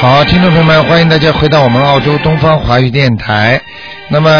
好，听众朋友们，欢迎大家回到我们澳洲东方华语电台。那么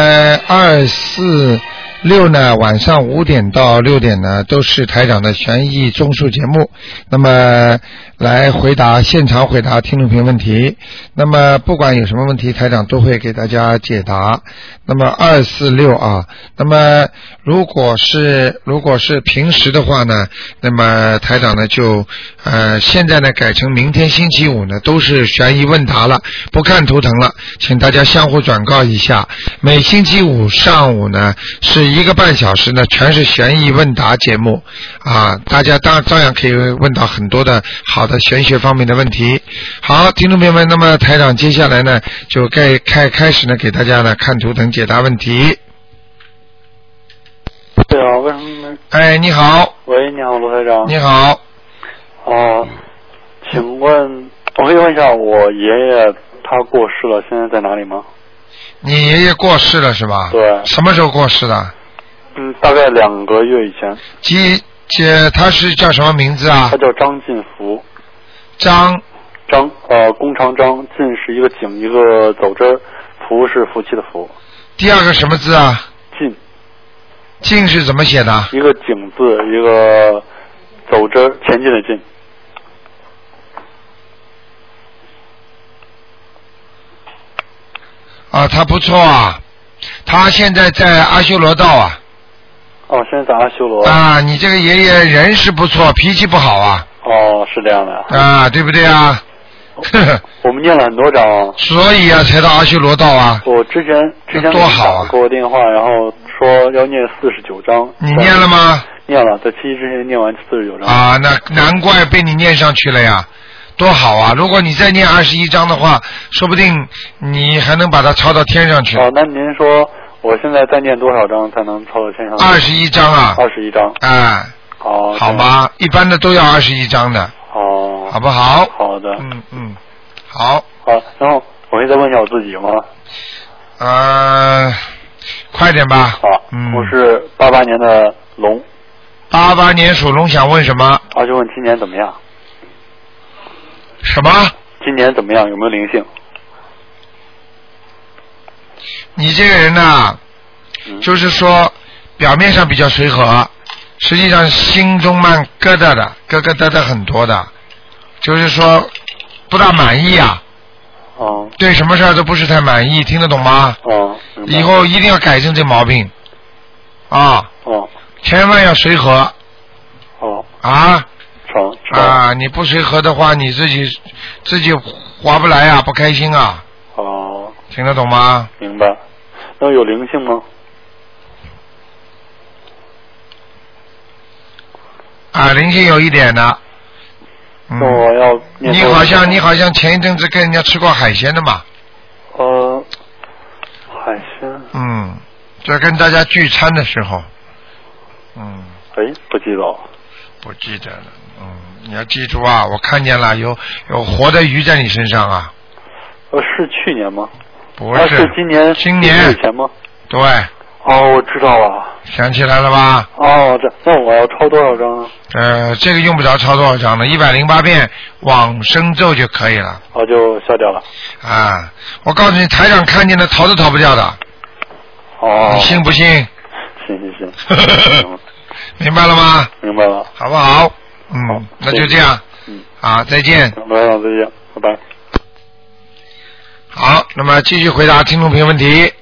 二四六呢，晚上五点到六点呢，都是台长的悬疑综述节目。那么来回答现场回答听众朋友问题。那么不管有什么问题，台长都会给大家解答。那么二四六啊，那么如果是如果是平时的话呢，那么台长呢就呃现在呢改成明天星期五呢都是悬疑问答了，不看图腾了，请大家相互转告一下。每星期五上午呢是一个半小时呢全是悬疑问答节目啊，大家当照样可以问到很多的好的玄学方面的问题。好，听众朋友们，那么台长接下来呢就该开开始呢给大家呢看图腾解答问题。对啊，为什么？哎，你好，喂，你好，罗台长。你好，哦、请问，我可以问一下我爷爷他过世了，现在在哪里吗？你爷爷过世了是吧？对什么时候过世的？嗯，大概两个月以前。几姐，他是叫什么名字啊他？叫张进福，张张呃，弓长张，进是一个井一个走之，福是福气的福，第二个什么字啊？进进是怎么写的？一个井字，一个走之前进的进。啊，他不错啊，他现在在阿修罗道啊。哦，现在在阿修罗。啊，你这个爷爷人是不错，脾气不好啊，哦，是这样的呀。啊，对不对啊？ 呵呵我们念了很多章。所以啊，才到阿修罗道啊。我之前之前多好啊给我电话，然后说要念四十九章。你念了吗？念了，在七夕之前念完四十九章。啊，那难怪被你念上去了呀，多好啊！如果你再念二十一章的话，说不定你还能把它抄到天上去。哦，那您说我现在再念多少章才能凑到天上？二十一章啊，二十一章。啊，哦，好吧，一般的都要二十一章的，这样？哦，好不好？好的，嗯嗯，好，好。然后我可以再问一下我自己吗？呃，快点吧。好，嗯，我是八八年的龙，八八年属龙，想问什么？啊，就问今年怎么样？什么？今年怎么样？有没有灵性？你这个人呐、嗯，就是说表面上比较随和，实际上心中慢疙瘩的，疙疙瘩瘩很多的，就是说不大满意啊，哦，对什么事儿都不是太满意，听得懂吗？哦，明白以后一定要改正这毛病啊，哦千万要随和哦，啊成成。啊！你不随和的话，你自己自己划不来啊，不开心啊，哦，听得懂吗？明白。那有灵性吗？啊，灵性有一点的，嗯那，我要念你多少好像章你好像前一阵子跟人家吃过海鲜的嘛。呃，海鲜，嗯，这跟大家聚餐的时候，嗯，哎，不记得了。不记得了，嗯，你要记住啊，我看见了，有有活的鱼在你身上啊，呃，是去年吗？不啊是，是今年今年以前吗？对，哦，我知道了。想起来了吧？哦，这那我要抄多少张啊？呃，这个用不着抄多少章的，一百零八遍往生咒就可以了哦，就消掉了。啊！我告诉你，台长看见的逃都逃不掉的，哦，你信不信？行行行，行 明白了吗？明白了。好不好？好嗯，那就这样嗯，啊，再见。罗台长再见，拜拜。好，那么继续回答听众朋友问题。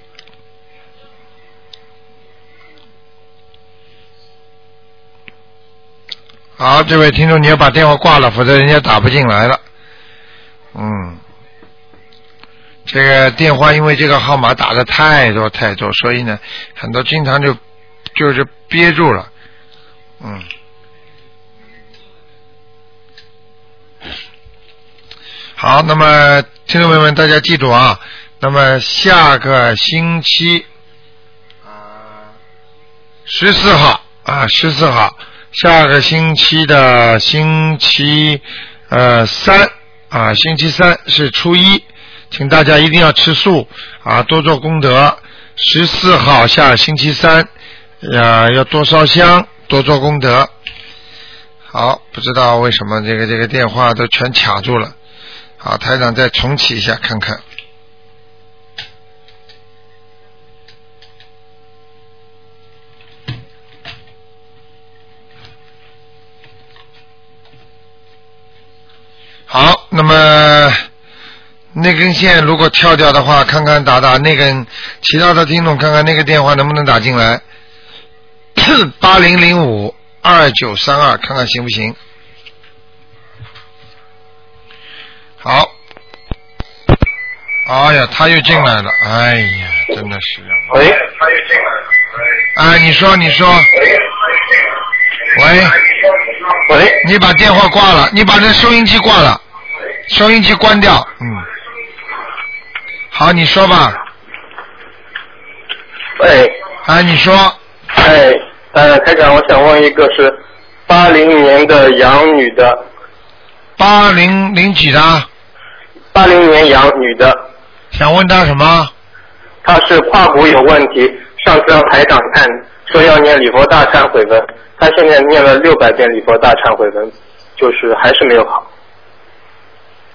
好，这位听众，你要把电话挂了，否则人家打不进来了。嗯，这个电话因为这个号码打的太多太多，所以呢，很多经常就就是憋住了。嗯，好，那么听众朋友们，大家记住啊，那么下个星期啊十四号啊十四号，下个星期的星期呃三啊星期三是初一，请大家一定要吃素啊，多做功德。十四号下星期三，呃，要多烧香，多做功德。好，不知道为什么这个这个电话都全卡住了。好，台长再重启一下看看。好，那么那根线如果跳掉的话，看看打打那根，其他的听众看看那个电话能不能打进来，八零零五二九三二，看看行不行？好，哎呀，他又进来了，哎呀，真的是啊，喂，哎，你说，你说，喂，喂，你把电话挂了，你把这收音机挂了，收音机关掉，嗯，好，你说吧，喂，哎，你说，哎，呃，台长，我想问一个是八零年的羊女的，八零零几的，八零年羊女的，想问他什么？她是胯骨有问题，上次让台长看，说要念礼佛大忏悔文，她现在念了六百遍礼佛大忏悔文，就是还是没有好。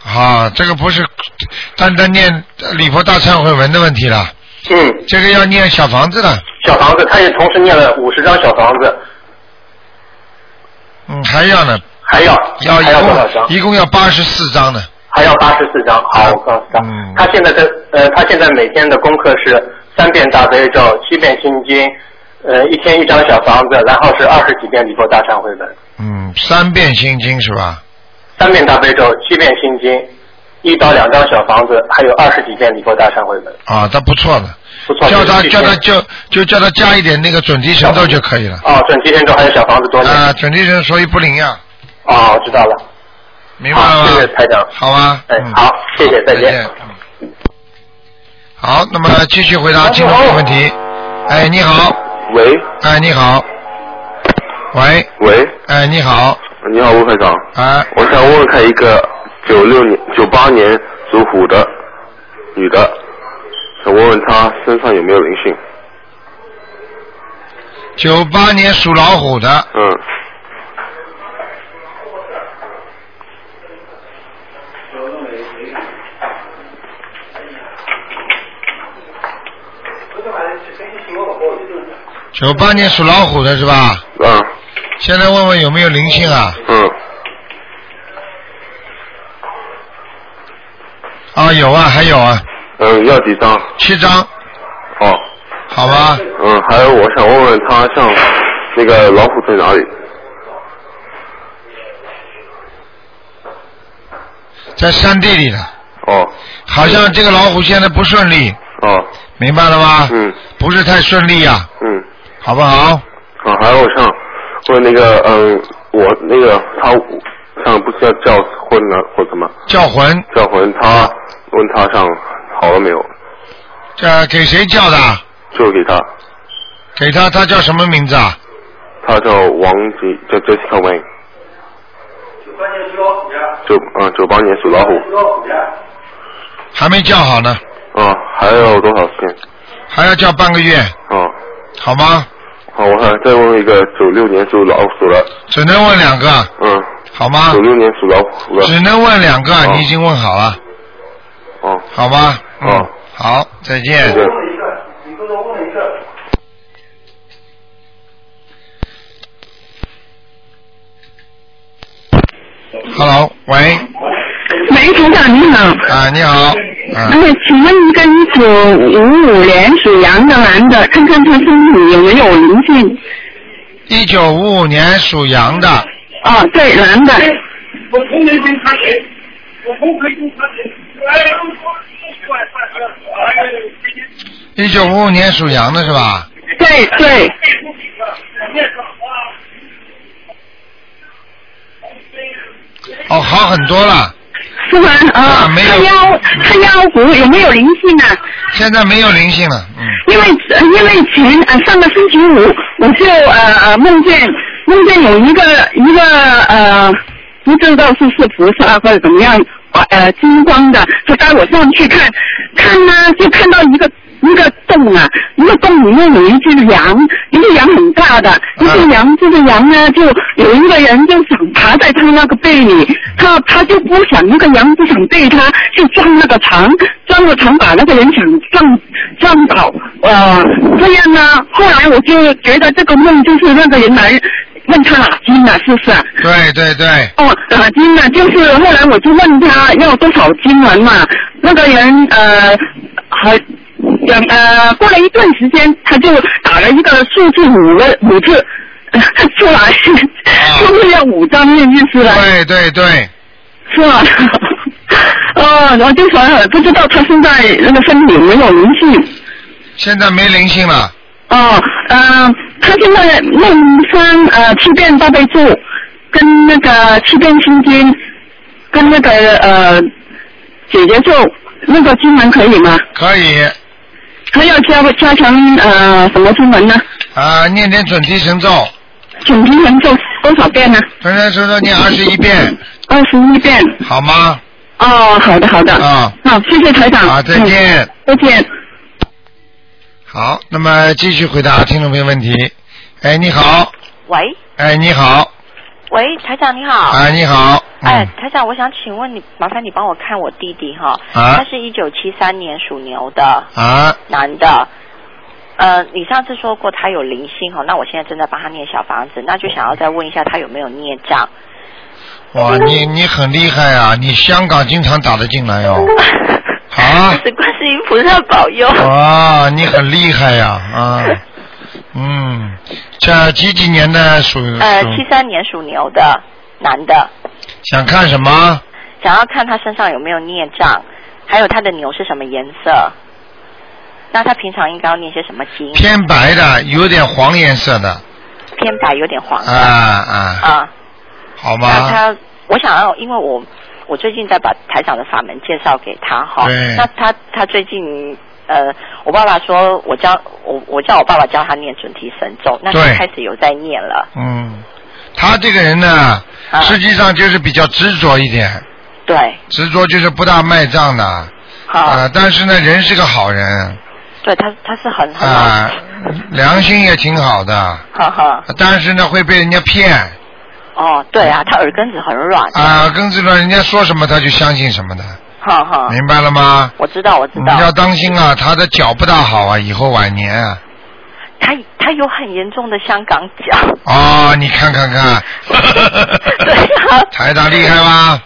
啊，这个不是单单念礼佛大忏悔文的问题了，嗯，这个要念小房子的，小房子，她也同时念了五十张小房子，嗯，还要呢，还要要还要多少一张共？一共要八十四张呢。还要八十四张。好，我告诉他，嗯他现在的呃，他现在每天的功课是三遍大悲咒，七遍心经，呃，一天一张小房子，然后是二十几遍礼佛大忏悔文，嗯，三遍心经是吧？三遍大悲咒，七遍心经，一到两张小房子，还有二十几遍礼佛大忏悔文，啊，他不错的，不错。叫他这叫个他是就就叫他加一点那个准提神咒就可以了。哦，准提神咒还有小房子多呢。啊，准提神所以不灵呀，哦，知道了。明白了好，吗？谢谢台长。好啊，哎嗯，好，谢谢，再再见见。。嗯好，那么继续回答听众的问题。哎，你好，喂哎，你好，喂，喂，哎，你好，你好，吴科长，哎，我想问看一个九六年、九八年属虎的女的，想问问她身上有没有灵性？九八年属老虎的，嗯，九八年属老虎的是吧？啊，现在问问有没有灵性啊？嗯，啊，有啊，还有啊，嗯，要几张？七张，哦，好吧？嗯，还有我想问问她像那个老虎在哪里？在山地里的，哦，好像这个老虎现在不顺利，哦，明白了吗？嗯不是太顺利呀、嗯，好不好？啊，还有我想问那个，嗯，我那个她像不是要叫婚了或什么？叫魂，叫魂，他问他上好了没有，这呃给谁叫的？啊就给他，给他，他叫什么名字啊？他叫王吉，叫 Jessica Wang，九嗯九八年属老虎，还没叫好呢，啊还有多少天？还要叫半个月，啊，好吗？好，我还再问一个九六年属老虎的，只能问两个，嗯，啊好吗九？六年属老虎的，只能问两个，哦你已经问好了，哦，好吗？哦嗯，好，再对对见。，Hello，喂，喂，台长你好。啊，你好，啊，嗯，请问一个一九五五年属羊的男的，看看他身体有没有灵性？一九五五年属羊的，哦，对，男的。我从没跟他谁，我从没跟他谁。哎，我算算算，哎，今天一九五五年属羊的是吧？对对，这不比了，我面上啊。哦，好很多了，是吗？啊哦，没有他腰他腰骨有没有灵性啊？现在没有灵性了，嗯，因为呃因为前呃上个星期五我就呃呃梦见梦见有一个一个呃不知道是是菩萨或者怎么样呃金光的，就带我上去看看呢，就看到一个一个洞啊，一个洞里面有一只羊，一个羊很大嗯的，一只羊，这个羊呢就有一个人就想爬在他那个背里，他他就不想那个羊不想对他，就撞那个墙，撞了墙把那个人想撞撞倒，呃，这样呢，后来我就觉得这个梦就是那个人来问他哪经了，是不是啊、对对对，哦，打金呢？就是后来我就问他要多少金文嘛，那个人呃，还两呃，过了一段时间，他就打了一个数字五个五字呃出来，就是要五张面具出来，啊对对对，是吧？ 哦，我就说呃不知道他现在那个身体有没有灵性。现在没灵性了，哦，呃，他现在弄三呃七遍大悲咒，跟那个七遍心经，跟那个呃姐姐咒，那个经文可以吗？可以还要加加强呃什么经文呢？啊、念点准提神咒，总经文咒多少遍呢？啊准提神咒念二十一遍，二十一遍。好吗？哦，好的好的。啊好，谢谢台长。好，再见。嗯再见。好，那么继续回答听众朋友问题。哎，你好，喂哎，你好，喂，台长你好。哎，你好，嗯、哎，台长，我想请问你，麻烦你帮我看我弟弟哈，啊他是一九七三年属牛的啊，男的，呃，你上次说过他有灵性哈，那我现在正在帮他念小房子，那就想要再问一下他有没有孽障？哇，你你很厉害啊，你香港经常打得进来哦，啊 是观世音菩萨保佑。哇，你很厉害呀、啊，嗯，这几几年的属 呃，属七三年属牛的男的，想看什么？想要看他身上有没有孽障，还有他的牛是什么颜色？那他平常应该要念些什么经？偏白的，有点黄颜色的，偏白，有点黄啊色。啊，啊，好那吗？他，我想要，因为我我最近在把台长的法门介绍给他哈对。那他他最近呃，我爸爸说我教我我叫我爸爸教他念准提神咒，那他对开始有在念了。嗯，他这个人呢，啊，实际上就是比较执着一点。对，执着就是不大卖账的，啊、好，但是呢，人是个好人，对他他是很很好，啊、良心也挺好的，呵呵，但是呢，会被人家骗，哦，对啊，他耳根子很软，啊、跟着呢，人家说什么他就相信什么的，呵呵，明白了吗？我知道我知你道要，当心啊，他的脚不大好啊，以后晚年啊，他他有很严重的香港脚， 哦，你看看看，对啊台长厉害 吧？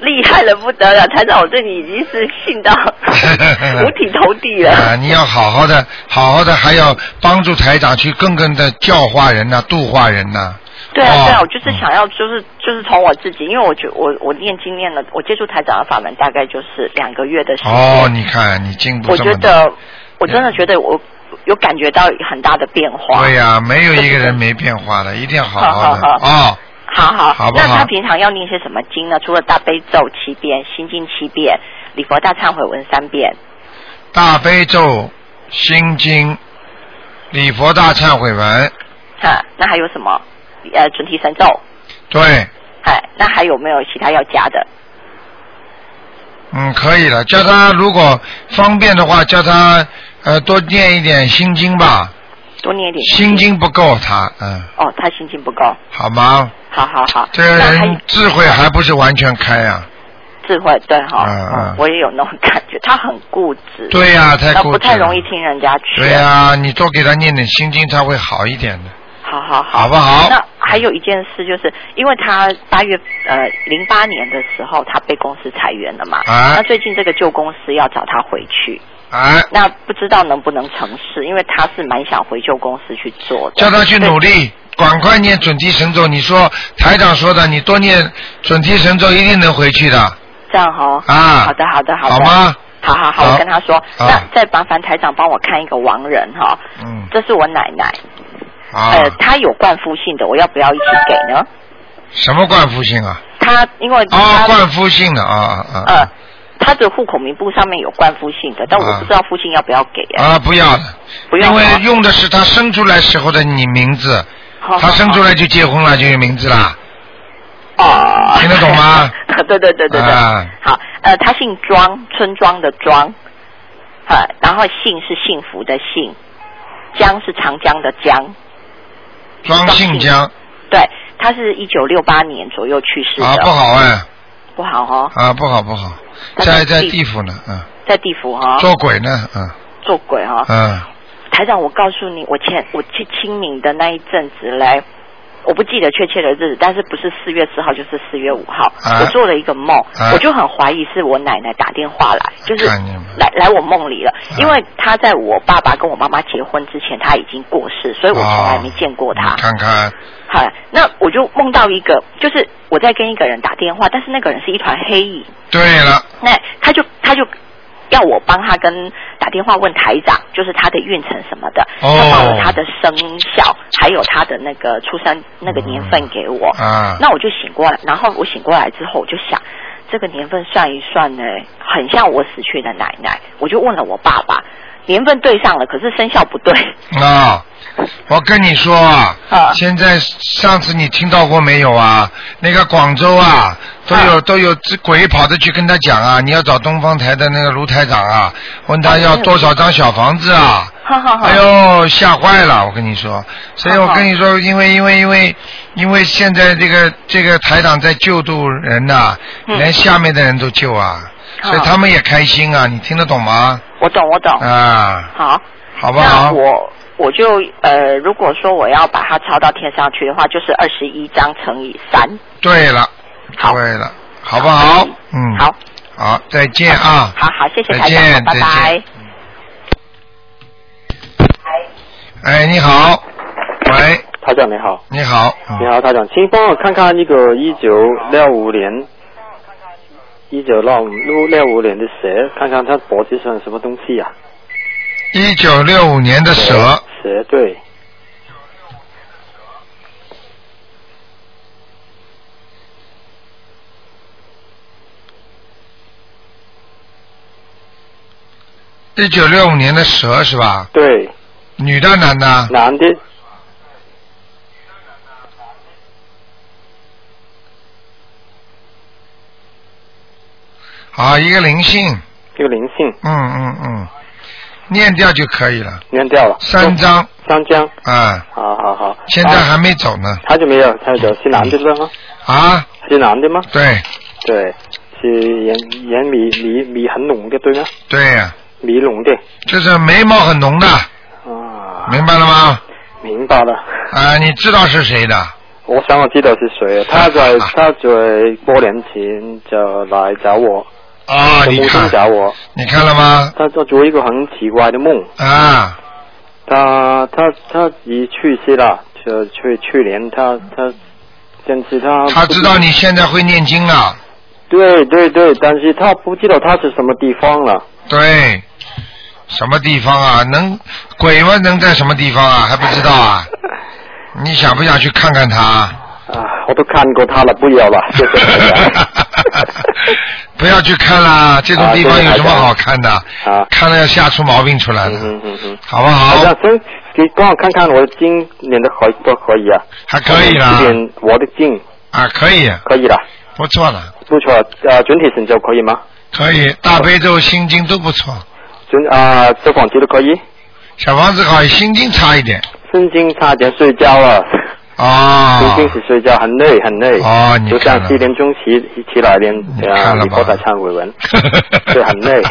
厉害的不得了，台长，我对你已经是信到嗯五体投地了。 啊，你要好好的，好好的，还要帮助台长去更更的教化人呐、度化人呐、 对啊，哦对啊，我就是想要，就是就是从我自己，因为我觉我我念经念了，我接触台长的法门大概就是两个月的时间。哦，你看你进步我这觉么大。得我真的觉得我有感觉到很大的变化。对呀、没有一个人没变化的，一定要好的 好好啊、哦好好好不好那他平常要念些什么经呢？除了大悲咒七遍、心经七遍、礼佛大忏悔文三遍。大悲咒、心经、礼佛大忏悔文，哈，那还有什么？呃，准提神咒。对，哎，那还有没有其他要加的？嗯，可以了。叫他如果方便的话，叫他呃多念一点心经吧，多念一点。心经不够他，嗯，哦，他心经不够。好吗？好好好。这个那还有人智慧还不是完全开啊。智慧，对哈、嗯嗯我也有那种感觉，他很固执，对呀、太他固不执了。太容易听人家劝。对呀、你多给他念点心经，他会好一点的，好好好。好不好？那还有一件事，就是因为他八月呃零八年的时候，他被公司裁员了嘛。啊那最近这个旧公司要找他回去，哎，那不知道能不能成事，因为他是蛮想回旧公司去做的。叫他去对努力，赶快念准提神咒。你说台长说的，你多念准提神咒，一定能回去的这样哈、啊。好的，好的，好的。好？吗？好好好，好啊我跟他说。好那再麻烦台长帮我看一个亡人哈、嗯，这是我奶奶，啊，呃，她有冠夫姓的，我要不要一起给呢？什么冠夫姓啊？她因为哦，她、冠夫姓的啊啊啊呃，她的户口名簿上面有冠夫姓的，但啊我不知道夫姓要不要给、啊，啊！不要的，不要因为吗用的是他生出来时候的你名字，好啊他好生出来就结婚了，就有名字啦。哦，听得懂 吗？对对对对对。啊好，呃，他姓庄，村庄的庄，呃，然后幸是幸福的幸，江是长江的江，庄姓江对，他是一九六八年左右去世的，啊，不好哎，不好哦，啊，不好不好，他在在在地地府呢，嗯，在地府哈、哦，做鬼呢，嗯做鬼哈、哦，嗯，台长，我告诉你，我前我去清明的那一阵子嘞，我不记得确切的日子，但是不是四月四号就是四月五号。啊我做了一个梦，啊我就很怀疑是我奶奶打电话来，就是看见了来来我梦里了，啊因为她在我爸爸跟我妈妈结婚之前，她已经过世，所以我从来没见过她哦。你看看，好，那我就梦到一个，就是我在跟一个人打电话，但是那个人是一团黑影，对了，那他就他就要我帮他跟打电话问台长，就是他的运程什么的，哦他报了他的生肖，还有他的那个出生那个年份给我。啊，那我就醒过来，然后我醒过来之后，我就想这个年份算一算呢，很像我死去的奶奶。我就问了我爸爸，年份对上了，可是生肖不对。啊，我跟你说啊，啊现在上次你听到过没有啊？那个广州啊，都有、啊都有只鬼跑着去跟他讲啊，你要找东方台的那个卢台长啊，问他哦要没有多少张小房子啊？哈哈哈。哎呦，吓坏了！我跟你说，所以我好好跟你说，因为因为因为因为现在这个这个台长在救度人呐、嗯连下面的人都救啊，所以好他们也开心啊，你听得懂吗？我懂，我懂。啊，好，好不那好？我我就呃，如果说我要把它抄到天上去的话，就是二十一章乘以三。对了，好对了，好不好？嗯，好，好，再见啊！好好，谢谢再台见长，拜再拜见。哎，你好，喂，台长你好，你好，嗯你好台长，请帮我看看那个一九六五年，一九六六六五年的蛇，看看它脖子上有什么东西啊？一九六五年的蛇，蛇对，一九六五年的蛇是吧？对，女的男的？男的，啊，一个灵性，有灵性，嗯嗯嗯，念掉就可以了，念掉了。三张三张，啊，好好好。现在啊还没走呢台长没有，台长是男的是吗？啊，是男的吗？对对，是眼眼米米米很浓的对吗？对呀、米浓的就是眉毛很浓的，啊，明白了吗？明白了。啊，你知道是谁的？我想我知道是啊谁了，啊他在他在过年前就来找我，啊，在你梦中看，找我，你看了吗？他他做一个很奇怪的梦，啊，他他他已去世了，就去去年他他，但是他他知道你现在会念经啊，对对对，但是他不知道他是什么地方了，对，什么地方啊？能鬼吗？能在什么地方啊？还不知道 啊？你想不想去看看他？啊，我都看过他了，不要了，谢谢大家不要去看啦，这种地方有什么好看的？啊看了要吓出毛病出来嗯了，嗯嗯嗯， 好不好好像？先给帮我看看我的经念的可不可以啊？还可以啦这，边我的经啊，可以，可以了。不错了，不错，呃，准体神咒可以吗？可以，大悲咒、心经都不错，准啊，这房子都可以。小房子好，心经差一点圣经差点睡觉了，啊。圣经是睡觉很累很累。哦你就像看了七点钟起起来练你啊，看了你吧波打忏悔文，对，很累。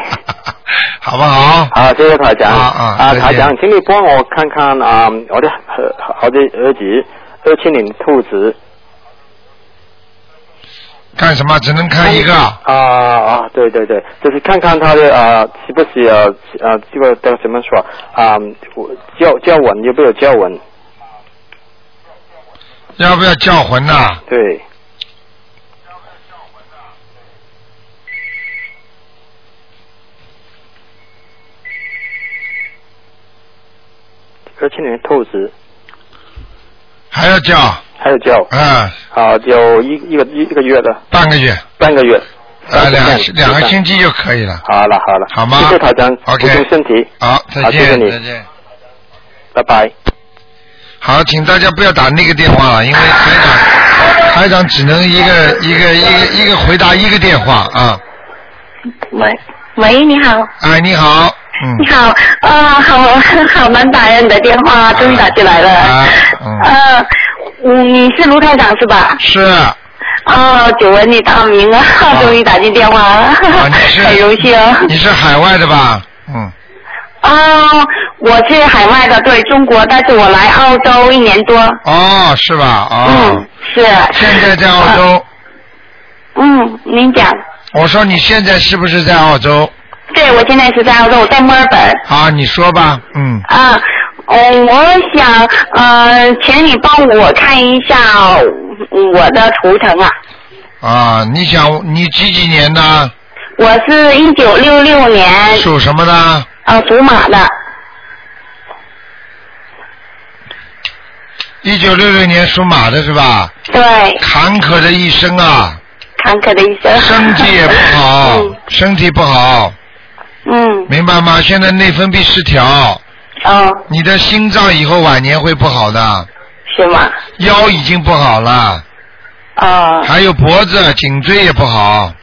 好不好？好，谢谢台长。啊啊再见台长，请你帮我看看啊，我的呃我的儿子，二七年的兔子。干什么？只能看一个啊啊啊，对对对，就是看看他的啊、呃是不是啊啊、呃这个这个怎么说啊、我叫叫稳有没有叫稳？要不要叫魂呐、对，二七年兔子还要叫啊、还有叫啊，有一一个一一个月了，半个月半个月。啊，两个三两个。星三期就可以了。好了好了，好吗谢谢台长 OK 保重身体，好，再好谢谢见，你再见。拜拜。好，请大家不要打那个电话了，因为台长台长只能一 个一个一个一个回答一个电话啊。喂，喂，你好，哎，你好，嗯你好，呃，好好蛮感恩你的电话，终于打进来了。嗯啊嗯呃，嗯，你是卢台长是吧？是啊，哦，久闻你大名啊，终于打进电话了，啊你是 很荣幸。你是海外的吧？嗯，哦，我是海外的，对中国，但是我来澳洲一年多。哦，是吧？哦嗯，，是。现在在澳呃洲。嗯，您讲。我说你现在是不是在澳洲？对，我现在是在澳洲，我在墨尔本。啊，你说吧，嗯，啊，嗯，我想，呃，请你帮我看一下我的图腾啊。啊，你想你几几年的？我是一九六六年，属什么的？呃，属马的。一九六六年属马的是吧？对，坎坷的一生啊，坎坷的一生。身体也不好，身体不好，嗯嗯。嗯，明白吗？现在内分泌失调，哦，你的心脏以后晚年会不好的，是吗？腰已经不好了，哦，还有脖子、颈椎也不好，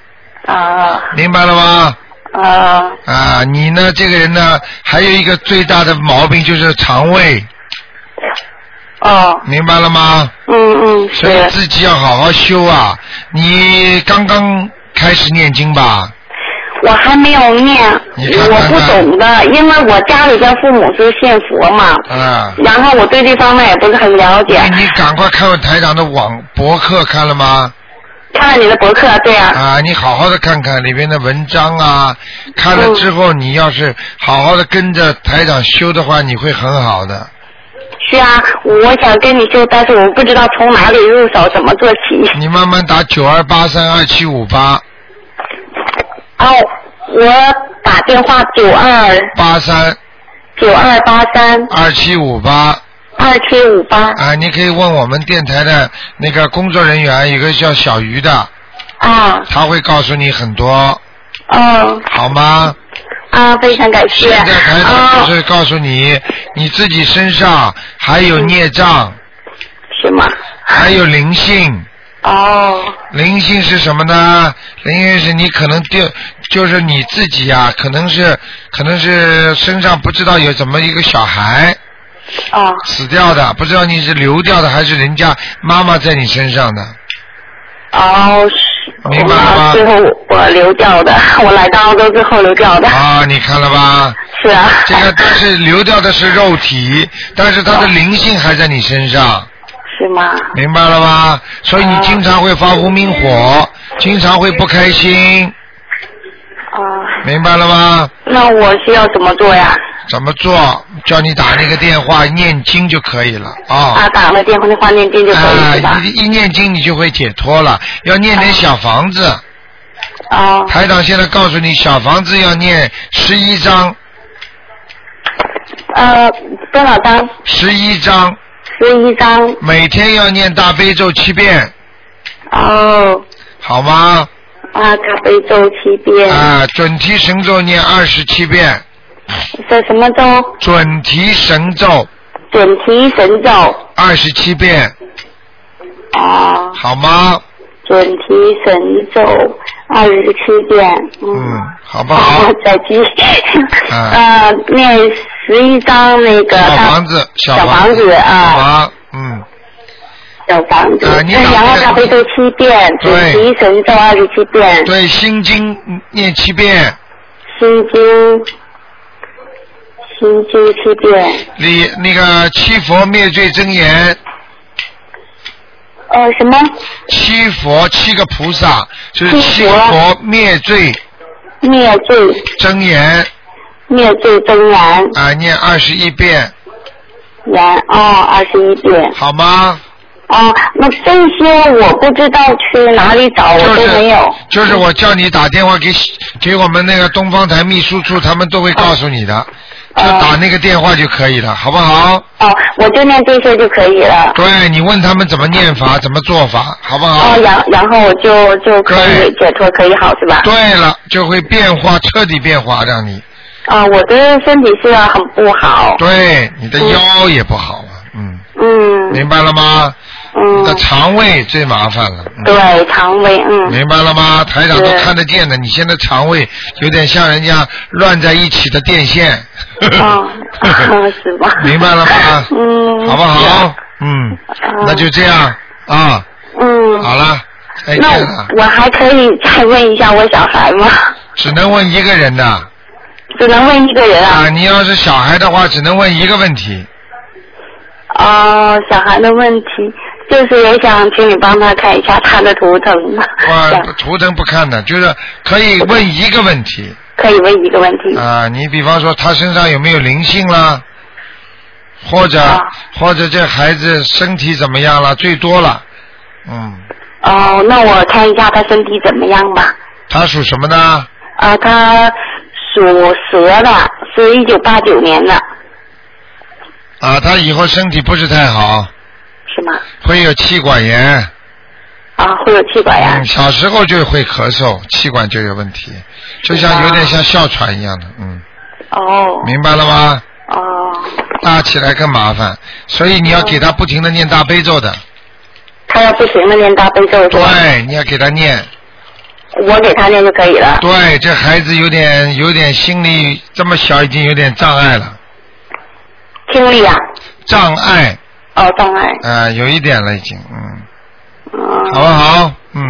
哦，明白了吗？哦，啊，你呢？这个人呢，还有一个最大的毛病就是肠胃，哦，明白了吗？嗯嗯，是所以自己要好好修啊！你刚刚开始念经吧？我还没有念，你看看我不懂的，因为我家里边父母是信佛嘛，啊、然后我对这方面也不是很了解。那你赶快看看台长的网博客，看了吗？看了你的博客，对啊，啊，你好好的看看里边的文章啊，看了之后，你要是好好的跟着台长修的话，你会很好的。是啊，我想跟你说，但是我不知道从哪里入手，嗯怎么做起。你慢慢打九二八三二七五八哦，我打电话九二八三九二八三二七五八二七五八啊，你可以问我们电台的那个工作人员，有个叫小鱼的，啊，他会告诉你很多，哦好吗？啊，非常感谢。现在台长就哦，是告诉你，你自己身上还有孽障，是吗？还有灵性。哦，灵性是什么呢？灵性是你可能掉，就是你自己啊，可能是可能是身上不知道有怎么一个小孩哦，死掉的，不知道你是流掉的还是人家妈妈在你身上的。哦，是明白了吗我最后我流掉的， 我来到澳洲之后流掉的，啊，你看了吧？是啊。这个但是流掉的是肉体，但是它的灵性还在你身上。是吗？明白了吧？所以你经常会发无名嗯火，经常会不开心，啊、明白了吗？那我需要怎么做呀？怎么做？叫你打那个电话念经就可以了啊啊，。打了电话的话念经就可以是吧啊，？一一念经你就会解脱了。要念点小房子，哦，台长现在告诉你，小房子要念十一章，呃，多少张？十一章，十一张。每天要念大悲咒七遍，哦，好吗？啊，大悲咒七遍。啊，准提神咒念二十七遍，这什么咒？准提神咒准提神咒。二十七遍，啊，哎好吗？准提神咒二十七遍。嗯，好不好啊？，再见。啊呃，念十一张那个小大房子，小房房子好啊，吧，嗯，小房子啊。你打然后开大悲咒七遍，准对提神咒二十七遍，对，心经念七遍，心经，心经七遍。你那个七佛灭罪真言，呃，什么？七佛七个菩萨就是七七佛佛灭罪灭罪，真言灭罪真言，啊，念二十一遍，言哦，二十一遍。好吗？哦，那这些我不知道去哪里找，啊我就都没是有。就是我叫你打电话给给我们那个东方台秘书处，他们都会告诉你啊的，就打那个电话就可以了，好不好？哦，我就念这些就可以了。对你问他们怎么念法，怎么做法，好不好？哦，然然后我就就可以解脱，可以好是吧？对了，就会变化，彻底变化，让你啊、我的身体是很不好。对你的腰也不好了，嗯，嗯，明白了吗？嗯那，肠胃最麻烦了。嗯对，肠胃，嗯，明白了吗？台长都是看得见的，你现在肠胃有点像人家乱在一起的电线。哦 是吧 明白了吗？嗯好不好？嗯，嗯那就这样啊，嗯，好了，再那见了。我还可以再问一下我小孩吗？只能问一个人的只能问一个人啊，啊？你要是小孩的话，只能问一个问题。哦，小孩的问题就是也想请你帮他看一下他的图腾，哇想，图腾不看的，就是可以问一个问题可以问一个问题。啊。你比方说他身上有没有灵性啦，或者、啊或者这孩子身体怎么样了，最多了。嗯，哦，那我看一下他身体怎么样吧。他属什么呢？啊，他属蛇的，是一九八九年的，啊，他以后身体不是太好，是吗？会有气管炎。啊，会有气管炎嗯，。小时候就会咳嗽，气管就有问题，就像有点像哮喘一样的，嗯，哦明白了吗？哦，大起来更麻烦，所以你要给他不停的念大悲咒的，他要不行的念大悲咒是吧？对，你要给他念，我给他念就可以了。对，这孩子有点有点心理这么小已经有点障碍了，听力啊，障碍，哦，障碍。啊，有一点了已经，嗯，嗯。好不好？嗯，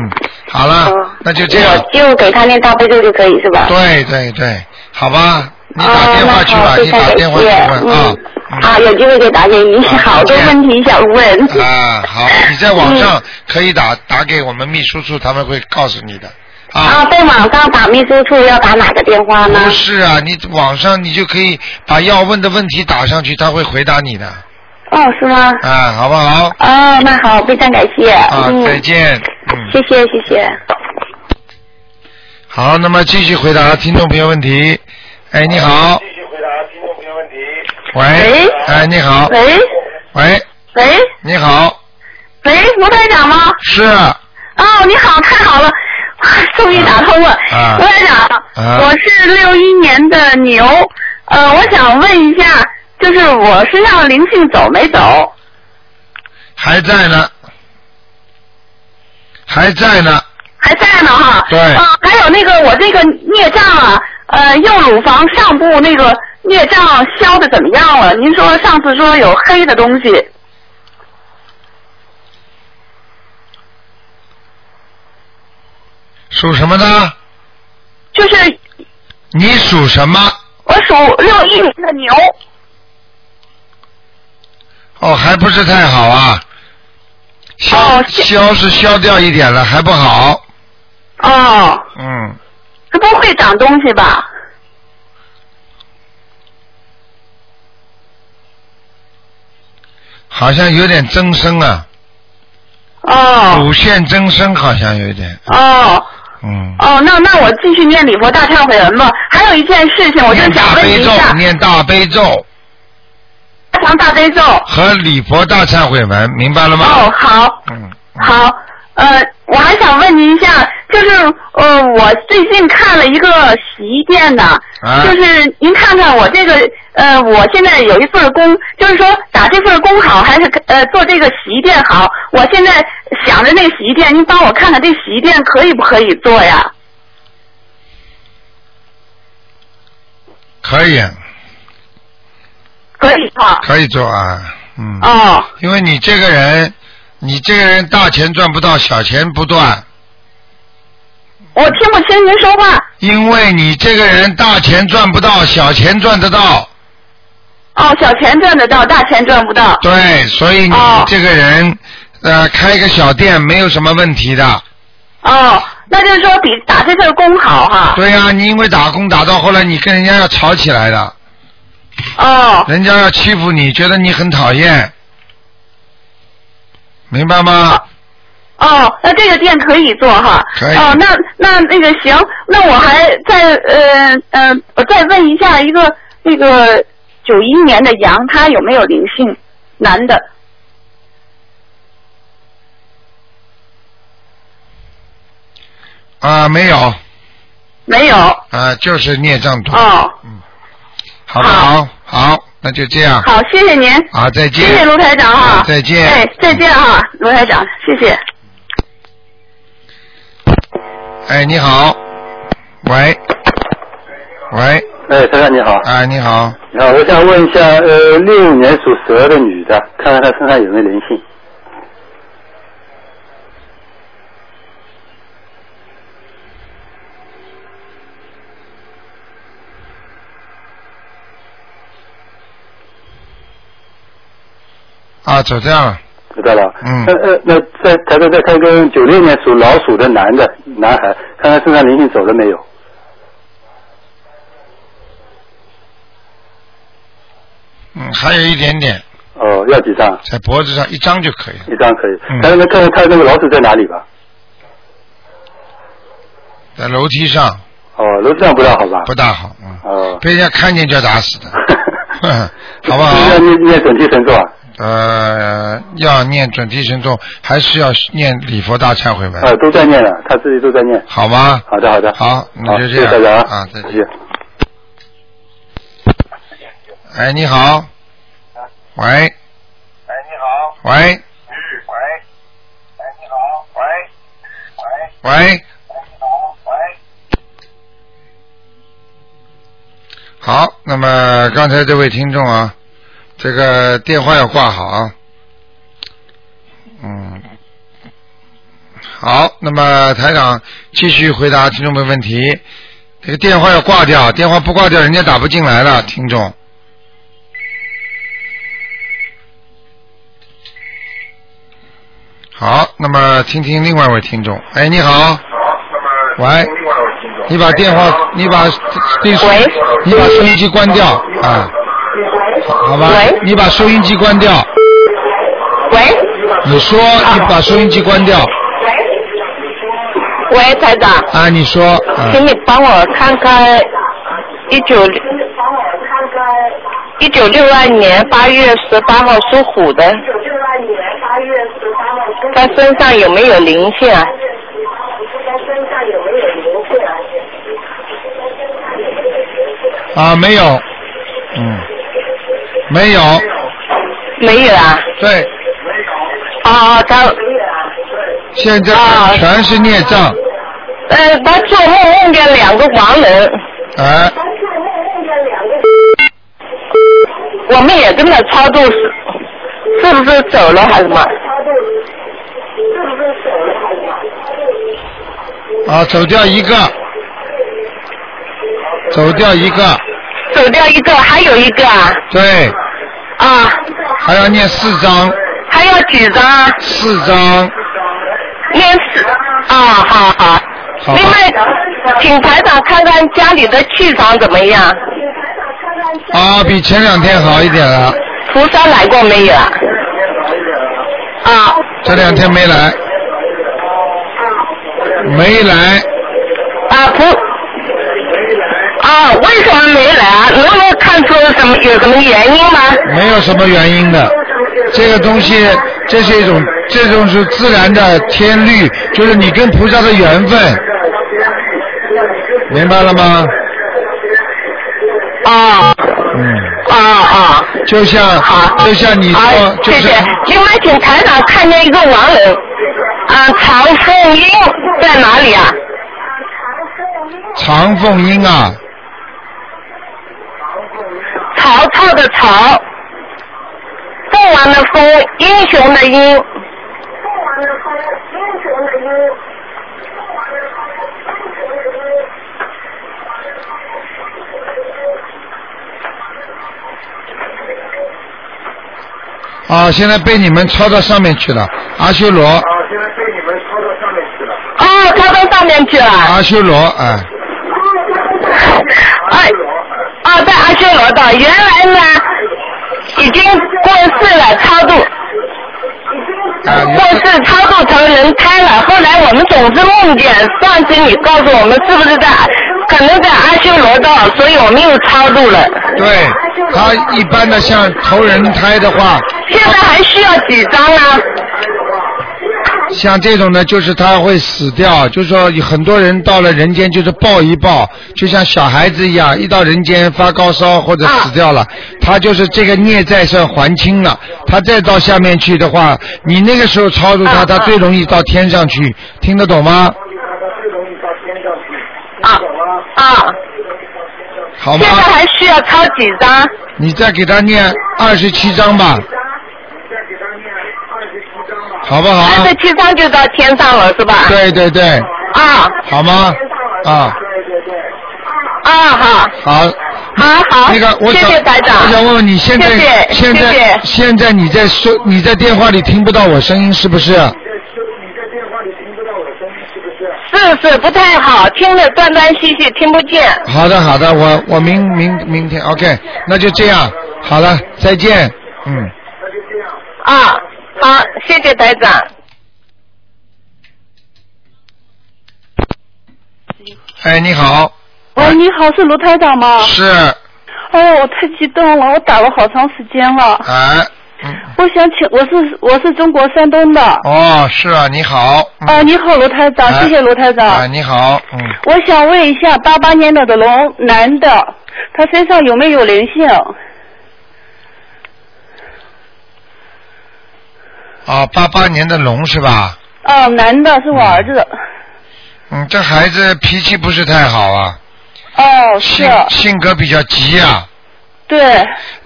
好了哦，那就这样，我就给他念大悲咒就可以是吧？对对对，好吧，你哦打电话去吧，那好你打电话去问非常啊感谢。嗯嗯好，有机会再打给你，好好多再见问题想问。嗯啊，好，你在网上可以打打给我们秘书处，他们会告诉你的。啊，啊，在网上打秘书处要打哪个电话呢不？是啊，你网上你就可以把要问的问题打上去，他会回答你的。哦，是吗？啊，好不好？哦，那好，非常感谢。啊，嗯，再见。嗯，谢谢，谢谢。好，那么继续回答听众朋友问题。哎，你好。继续回答听众朋友问题。喂。哎，你好。喂喂，喂你好。喂，罗台长吗？是啊哦，你好，太好了，哇终于打通了。啊罗台长，啊我是六一年的牛，呃，我想问一下，就是我身上的灵性走没走？还在呢，还在呢。还在呢哈。对啊，还有那个我这个孽障啊，呃，右乳房上部那个孽障消的怎么样了？您说上次说有黑的东西。属什么呢？就是你属什么？我属六一年的牛，哦，还不是太好啊。消、哦是消是消掉一点了，还不好。哦，嗯，这不会长东西吧？好像有点增生啊，哦乳腺增生好像有点。哦嗯，哦，那那我继续念礼佛大忏悔文吧。还有一件事情，我就想念大问悲一咒下，，念大悲咒唱大悲咒。和礼佛大忏悔文，明白了吗？哦，好，嗯，好，呃，我还想问您一下，就是呃，我最近看了一个洗衣店的，啊就是您看看我这个呃，我现在有一份工，就是说打这份工好还是呃做这个洗衣店好？我现在想着那个洗衣店，您帮我看看这洗衣店可以不可以做呀？可以，啊可以哈。可以做啊。嗯，哦因为你这个人，你这个人大钱赚不到，小钱不断。我听不清您说话。因为你这个人大钱赚不到，小钱赚得到，哦，小钱赚得到，大钱赚不到。对，所以你哦这个人，呃，开个小店没有什么问题的。哦，那就是说比打这份工好啊哈。对呀、你因为打工打到后来，你跟人家要吵起来的，哦人家要欺负你，觉得你很讨厌，明白吗？哦，那这个店可以做哈。可以哦，那那那个行，那我还再呃呃，我再问一下一个那个九一年的羊，它有没有灵性？男的。啊，没有，没有。啊，就是孽障多，哦，好不好？好，那就这样。好，谢谢您，好，再谢见。谢卢台长哈、再见哎，再见哈、卢台长，谢谢。哎，你好。喂。喂，哎，台长你好，啊，你好，你好，我想问一下，呃，六五年属蛇的女的，看看她身上有没有灵性。啊，走掉了。知道了。嗯那呃，那再台长再看一个九六年属老鼠的男的男孩，看看身上灵性走了没有？嗯，还有一点点，哦，要几张？在脖子上一张就可以了，一张可以嗯。台长再看看看那个老鼠在哪里吧。在楼梯上哦，楼梯上不大好吧？不大好，嗯，哦。被人家看见就要打 死的，哼好不好要念念准提神咒啊？呃，要念准提神咒，还是要念礼佛大忏悔文，啊，都在念了，他自己都在念。嗯好吗？好的，好的。好，那好，就谢这谢样大家啊，再谢见。谢。哎，你好。啊喂，哎，你好，嗯喂，喂，哎，你好，喂，喂，喂，哎，你好，喂。好，那么刚才这位听众啊，这个电话要挂好啊。嗯，好，那么台长继续回答听众们问题。这个电话要挂掉，电话不挂掉，人家打不进来了，听众。好，那么听听另外一位听众。哎，你好，好，那么另外喂一位听众哎你把电话，你把你你把收音机关掉啊，好吧喂？你把收音机关掉，喂你说你把收音机关掉喂，台长，啊，你说啊，请你帮我看看一九一九六二年八月十八号属虎的，他身上有没有灵性啊？啊，没有，嗯，没有，没有啊。对，哦，他现在啊全是孽障，呃，他做梦梦见两个亡人，哎，我们也跟着超度，是是不是走了还是什么？啊，走掉一个，走掉一个，走掉一个，还有一个啊对，啊，还要念四张，还要几张啊？四张，念四啊，好好。好吧另外，请台长看看家里的气场怎么样？啊，比前两天好一点了，菩萨来过没有啊？啊这两天没来，没来，啊菩啊，为什么没来啊？能不能看出什么有什么原因吗？没有什么原因的。这个东西，这是一种，这种是自然的天律，就是你跟菩萨的缘分，明白了吗？啊嗯，啊啊！就像好，就像你好说，就谢谢是。另外，请台长看见一个亡人，啊，常凤英在哪里啊？长凤英啊，曹操的曹，凤凰的凤，英雄的英。啊，现在被你们抄到上面去了，阿修罗，啊，现在被你们抄到上面去了。哦，他到上面去了。阿修罗啊，哎，哦，在阿修罗道，原来呢，已经过世了，超度。啊你过世超度成人胎了，后来我们总是梦见，上次你告诉我们是不是在，可能在阿修罗道，所以我们又超度了。对，他一般的像投人胎的话，现在还需要几张啊？像这种呢，就是他会死掉，就是说很多人到了人间就是抱一抱，就像小孩子一样，一到人间发高烧或者死掉了，啊他就是这个孽债算还清了。他再到下面去的话，你那个时候超度他，他最容易到天上去，听得懂吗？啊，好吗现？在还需要抄几张？你再给他念二十七章吧，好不好？二十七张就到天上了是吧？对对对，啊好吗？啊，啊好，好。好啊好，那个，我谢想谢台长，我想问问你，现在谢谢现在谢谢现在你在说你在电话里听不到我声音是不是？是是不太好，听得断断续续，听不见。好的好的，我我明明明天 OK，那就这样，好了，再见，嗯。啊，好，谢谢台长。哎，你好，喂，哦你好，是卢台长吗？哎是，哦，我太激动了，我打了好长时间了。哎，我想请，我是我是中国山东的。哦，是啊，你好，嗯啊，你好，卢台长，哎谢谢卢台长。啊，你好，嗯，我想问一下，八八年的的龙男的，他身上有没有灵性？啊，八八年的龙是吧？啊，男的是我儿子。嗯，这孩子脾气不是太好啊，哦，是性，性格比较急啊，对，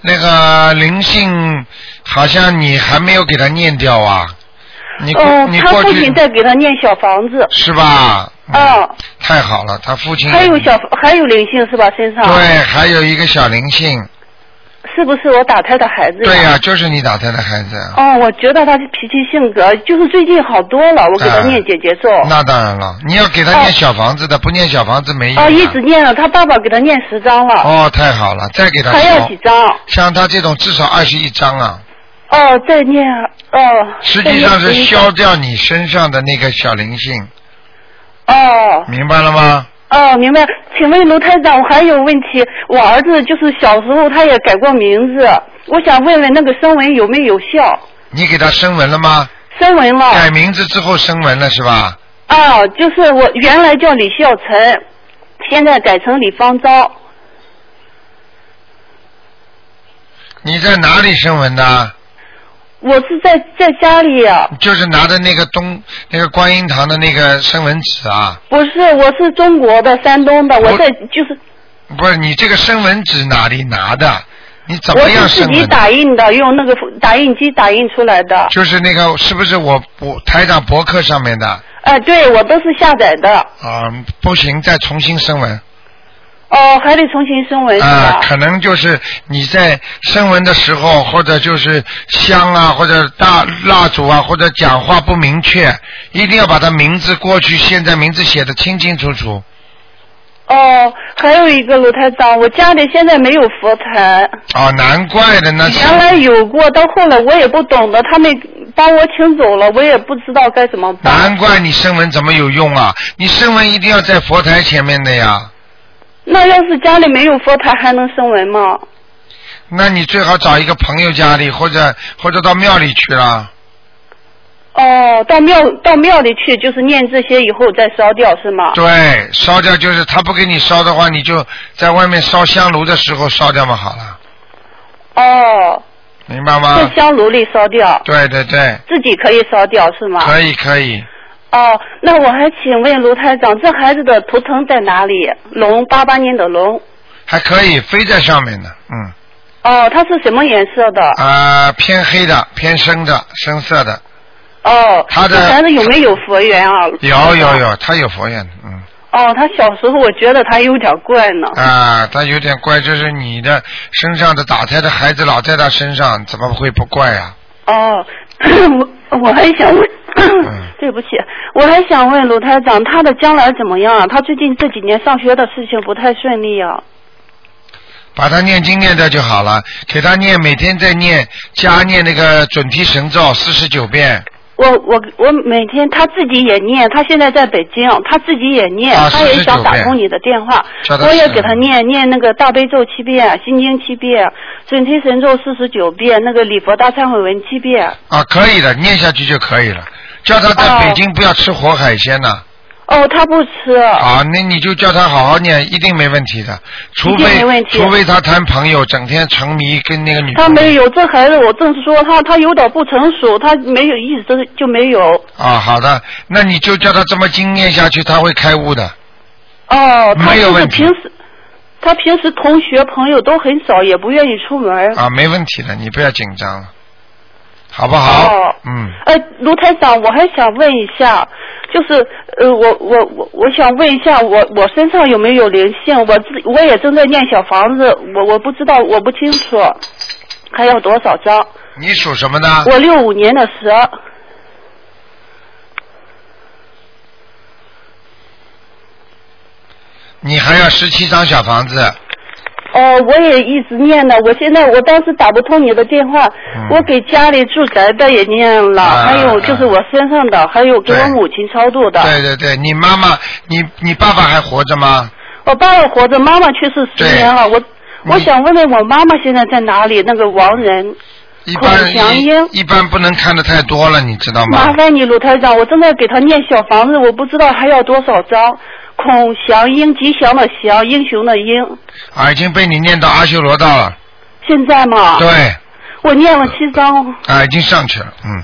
那个灵性好像你还没有给他念掉啊，你过、嗯，你他过父去亲在给他念小房子。是吧？嗯，太好了，他父亲还有小啊还有灵性是吧？身上。对，。还有一个小灵性，是不是我打胎的孩子？对呀、就是你打胎的孩子啊，哦，我觉得他脾气性格就是最近好多了，我给他啊念姐姐咒。那当然了，你要给他哦念小房子的，不念小房子没用、哦，一直念了，他爸爸给他念十张了。哎哦，太好了，再给他还要烧几，张？像他这种至少二十一张啊，哦，再念哦。实际上再是念11消掉你身上的那个小灵性，哦明白了吗？哦，明白。请问卢台长，我还有问题，我儿子就是小时候他也改过名字，我想问问那个声纹有没有效？你给他声纹了吗？声纹了。改名字之后声纹了是吧？哦，就是我原来叫李孝成，现在改成李方昭。你在哪里声纹的？我是在在家里、啊，就是拿着那个东那个观音堂的那个声纹纸啊，不是，我是中国的山东的，我我在就是不是你这个声纹纸哪里拿的？你怎我么是样自声己纹的？打印的，用那个打印机打印出来的。就是那个是不是我我台长博客上面的哎、对，我都是下载的。啊、不行，再重新声纹。哦，还得重新升文是啊、吧？可能就是你在声纹的时候，或者就是香啊，或者大蜡烛啊，或者讲话不明确，一定要把他名字过去现在名字写的清清楚楚。哦，还有一个卢台长，我家里现在没有佛坛，啊，难怪的呢。原来有过，到后来我也不懂得，他们把我请走了，我也不知道该怎么办。难怪你声纹怎么有用啊？你声纹一定要在佛台前面的呀。那要是家里没有佛坛，还能升文吗？那你最好找一个朋友家里，或者或者到庙里去了。哦，到庙到庙里去，就是念这些以后再烧掉是吗？对，烧掉就是他不给你烧的话，你就在外面烧香炉的时候烧掉嘛，好了，哦，明白在吗？香炉里烧掉，对对对。自己可以烧掉是吗？可以可以，哦，那我还请问卢台长，这孩子的图腾在哪里？龙，八八年的龙。还可以飞在上面的，嗯哦，它是什么颜色的？啊、偏黑的、偏深的、深色的，哦，它的这孩子有没有佛缘啊？有有。有，它有佛缘的，嗯哦，他小时候我觉得他有点怪呢。啊，它有点怪，就是你的身上的打胎的孩子老在他身上，怎么会不怪啊？哦， 我我还想问，嗯 对不起，我还想问卢台长，他的将来怎么样啊？他最近这几年上学的事情不太顺利啊。把他念经念掉就好了，给他念，每天再念，加念那个准提神咒四十九遍我我我每天他自己也念，他现在在北京，他自己也念，啊他也49想打遍通你的电话叫，他我也是给他念念那个大悲咒七遍，心经七遍，准提神咒四十九遍，那个礼佛大忏悔文七遍。啊，可以的，念下去就可以了。叫他在北京不要吃活海鲜呐、哦，他不吃。好，啊那你就叫他好好念，一定没问题的，除一定非没问题除非他谈朋友，整天沉迷跟那个女。他没有，这孩子我正说他，他有点不成熟，他没有一直就没有。啊，好的，那你就叫他这么经验下去，他会开悟的。哦，他没有就问是题平时，他平时同学朋友都很少，也不愿意出门。啊，没问题的，你不要紧张了，好不好？哦嗯，呃，卢台长，我还想问一下，就是呃，我我我我想问一下，我我身上有没有灵性？我自我也正在念小房子，我我不知道，我不清楚，还要多少张？你属什么呢？我六五年的蛇，你还要十七张小房子，哦，我也一直念呢。我现在我当时打不通你的电话，嗯我给家里住宅的也念了，还有就是我身上的，还有给我啊对母亲超度的。对对对，你妈妈，你你爸爸还活着吗？我爸爸活着，妈妈去世十年了。我嗯我想问问我妈妈现在在哪里？那个亡人一孔般祥一英，一般不能看的太多了，你知道吗麻？烦你鲁台长，我正在给他念小房子，我不知道还要多少张。孔祥英，吉祥的祥，英雄的英，啊，已经被你念到阿修罗道了，现在嘛，对，我念了七张。啊，已经上去了，嗯，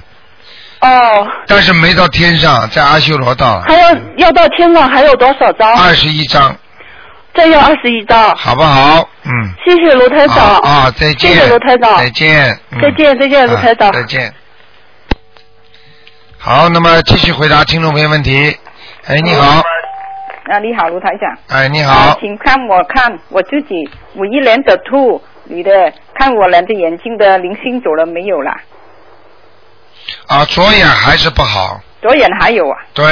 哦，但是没到天上，在阿修罗道了，还要要到天上还有多少张？二十一张，再要二十一张。好不好？嗯，谢谢卢台长。啊，啊再见，谢谢卢台长。再见，嗯再见，再见，卢台长啊。再见。好，那么继续回答听众朋友问题。哎，你嗯好，啊，你好，卢台长。哎，你啊好，请看我看我自己五一年的兔女的，看我人的眼睛的灵性走了没有啦？啊，左眼还是不好，左眼还有啊，对，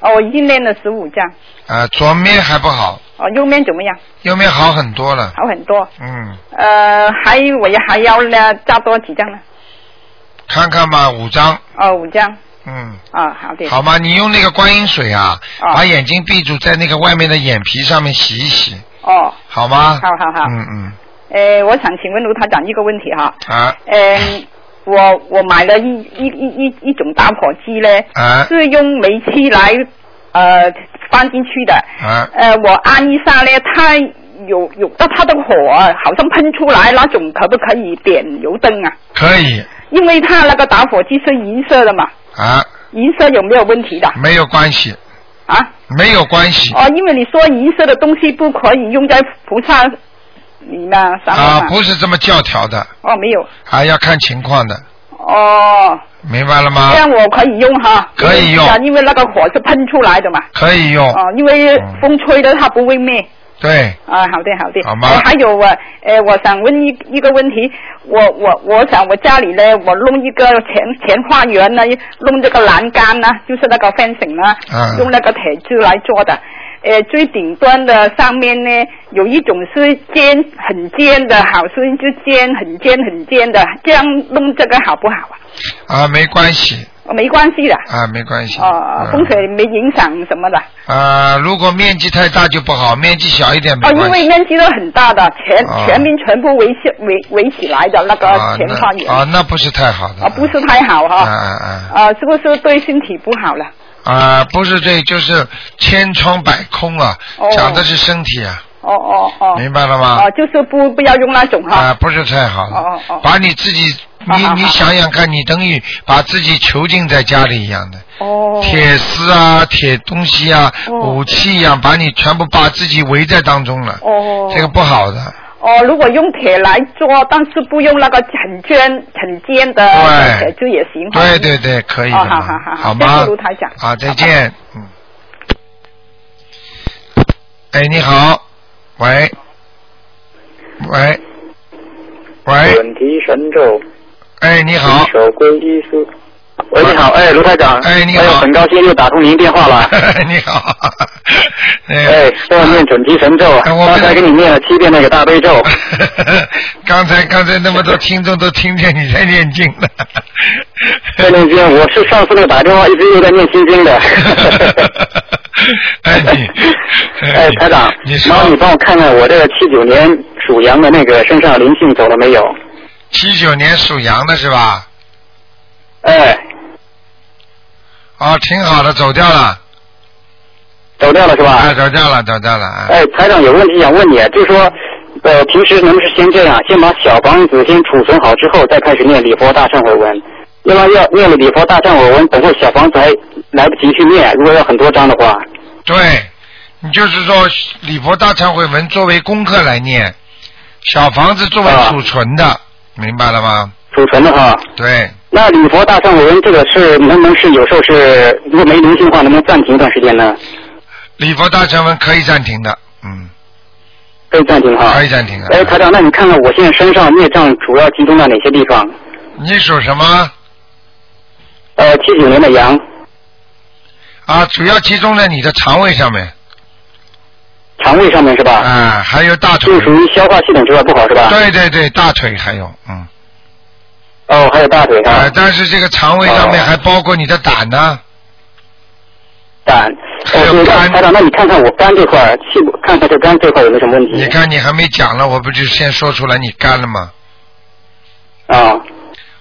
哦，我已经练了十五张，啊，左面还不好，哦，右面怎么样？右面好很多了，好很多。嗯，呃，还我也还要呢，加多几张呢？看看吧，五张，哦，五张。嗯，啊，好的。好吗？你用那个观音水啊，把眼睛闭住，在那个外面的眼皮上面洗一洗，哦，好吗？好好好嗯嗯，呃，我想请问卢台长一个问题哈，啊嗯，我我买了一一一一一种打火机呢，啊是用煤气来呃放进去的，啊呃，我按一下呢，它有有到它的火啊好像喷出来那种，可不可以点油灯啊？可以因为它那个打火机是银色的嘛，啊，银色有没有问题的没有关系，啊？没有关系哦，因为你说银色的东西不可以用在菩萨里面上面啊嘛，不是这么教条的，哦，没有，还要看情况的，哦。明白了吗这？样我可以用哈，可以用啊，因为那个火是喷出来的嘛。可以用，哦，因为风吹的它不会灭。对， 啊，好的好的。好吗呃还有我，呃，我想问一一个问题，我我我想我家里呢，我弄一个前前花园呢，弄这个栏杆呢，就是那个 fencing 呢，啊嗯用那个铁质来做的。呃，最顶端的上面呢，有一种是尖很尖的，好是一只尖很尖很尖的，这样弄这个好不好啊？啊，没关系，哦没关系的。啊，没关系。嗯哦，风水没影响什么的。啊，如果面积太大就不好，面积小一点没哦，因关为系。面积都很大的，全、哦全民全部围起围围起来的那个啊，前花园那啊，那不是太好的。啊，不是太好啊哈、啊，啊是不是对身体不好了？啊！啊，不是这，就是千疮百孔啊，哦讲的是身体啊，哦哦哦，明白了哦、吗？就是不不要用那种哈、啊，不是太好哦的。哦哦，把你自己，你你想想看，你等于把自己囚禁在家里一样的。哦，铁丝啊，铁东西啊，哦武器一样，把你全部把自己围在当中了，哦，这个不。好的。哦，如果用铁来做，但是不用那个很尖很尖的铁质也行哈。对对对，可以的哦，好嘛，好好，好谢谢吗卢？台长。好，再见，嗯。哎，你好，喂，喂，喂，准提神咒。哎，你好。手皈依师。喂，你好，哎，卢台长。哎，你好。很高兴又打通您电话 了。你好。哎，我念准提神咒，啊刚才给你念了七遍那个大悲咒。刚才刚才那么多听众都听见你在念经 了，在那边，我是上次那个打电话一直又在念心经的。哎你， 哎台长，然后你帮我看看我这个七九年属羊的那个身上灵性走了没有？七九年属羊的是吧？哎。啊，挺好的，走掉了。走掉了是吧？哎，走掉了，走掉了。哎哎，台长有问题想问你，啊就是说，呃，平时能不能先这样，先把小房子先储存好之后，再开始念礼佛大忏悔文？另外要念了礼佛大忏悔文，等会小房子还来不及去念，如果要很多张的话，对，你就是说礼佛大忏悔文作为功课来念，小房子作为储存的，明白了吗？储存的哈。对，那礼佛大忏悔文这个是能不能是有时候是如果没灵性的话，能不能暂停一段时间呢？礼佛大忏文可以暂停的，嗯，可以暂停哈。可以暂停的。哎，台长，那你看看我现在身上孽障主要集中在哪些地方？你属什么？呃，七九年的羊，啊，主要集中在你的肠胃上面，肠胃上面是吧？啊，还有大腿。就属于消化系统这块不好是吧？对对对，大腿还有，嗯。哦，还有大腿啊，但是这个肠胃上面还包括你的胆呢、胆。哦，对，那台长，那你看看我肝这块儿，气不看看这肝这块儿有没有什么问题？你看你还没讲呢，我不就先说出来你肝了吗？啊。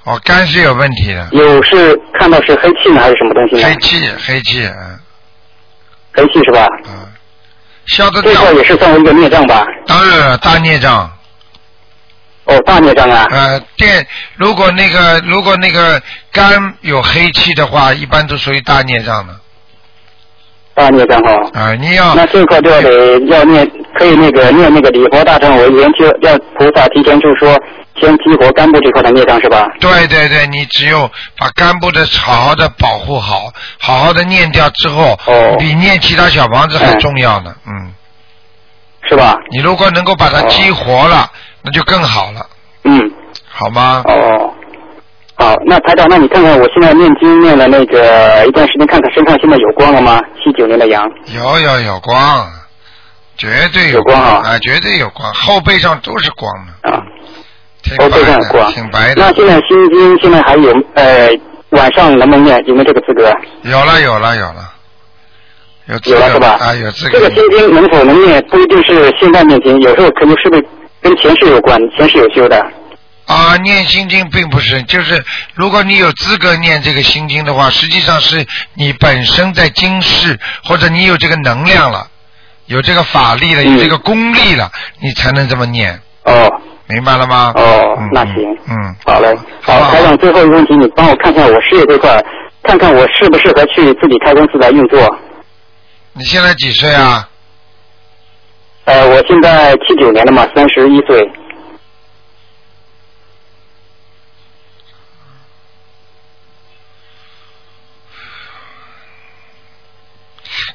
哦，肝是有问题的，有是看到是黑气呢，还是什么东西呢？黑气，黑气，嗯啊黑气是吧？消得这块也是算为一个孽障吧？当然了，大孽障。哦，大孽障啊！呃，电如果那个如果那个肝有黑气的话，一般都属于大孽障的。大孽障哈。啊，你要那这块就要得要念，可以那个念那个礼佛大忏悔，先就要菩萨提前就说先激活肝部这块的孽障是吧？对对对，你只有把肝部的好好的保护好，好好的念掉之后，哦比念其他小房子还重要呢，嗯。哎是吧？你如果能够把它激活了，那就更好了，嗯，好吗？哦。好，那台长，那你看看我现在念经念了那个一段时间，看看身上现在有光了吗？七九年的羊，有有有光，绝对有光啊，绝对有光，后背上都是光的。啊，挺后背白上有的，光挺白那的。现在心经现在还有呃晚上能不能念？有没有这个资格？有了有了有了，有资有了格是吧？啊，有资这格个。心经能否能念，不一定是现在念经，有时候可能是不是跟前世有关，前世有修的。啊，念心经并不是，就是如果你有资格念这个心经的话，实际上是你本身在经世，或者你有这个能量了，有这个法力了，有这个功力了，你才能这么念。哦，明白了吗？哦，那行，嗯，好嘞，好，台长，最后一个问题，你帮我看看我事业这块，看看我适不适合去自己开公司来运作。你现在几岁啊？呃，我现在七九年的嘛，三十一岁。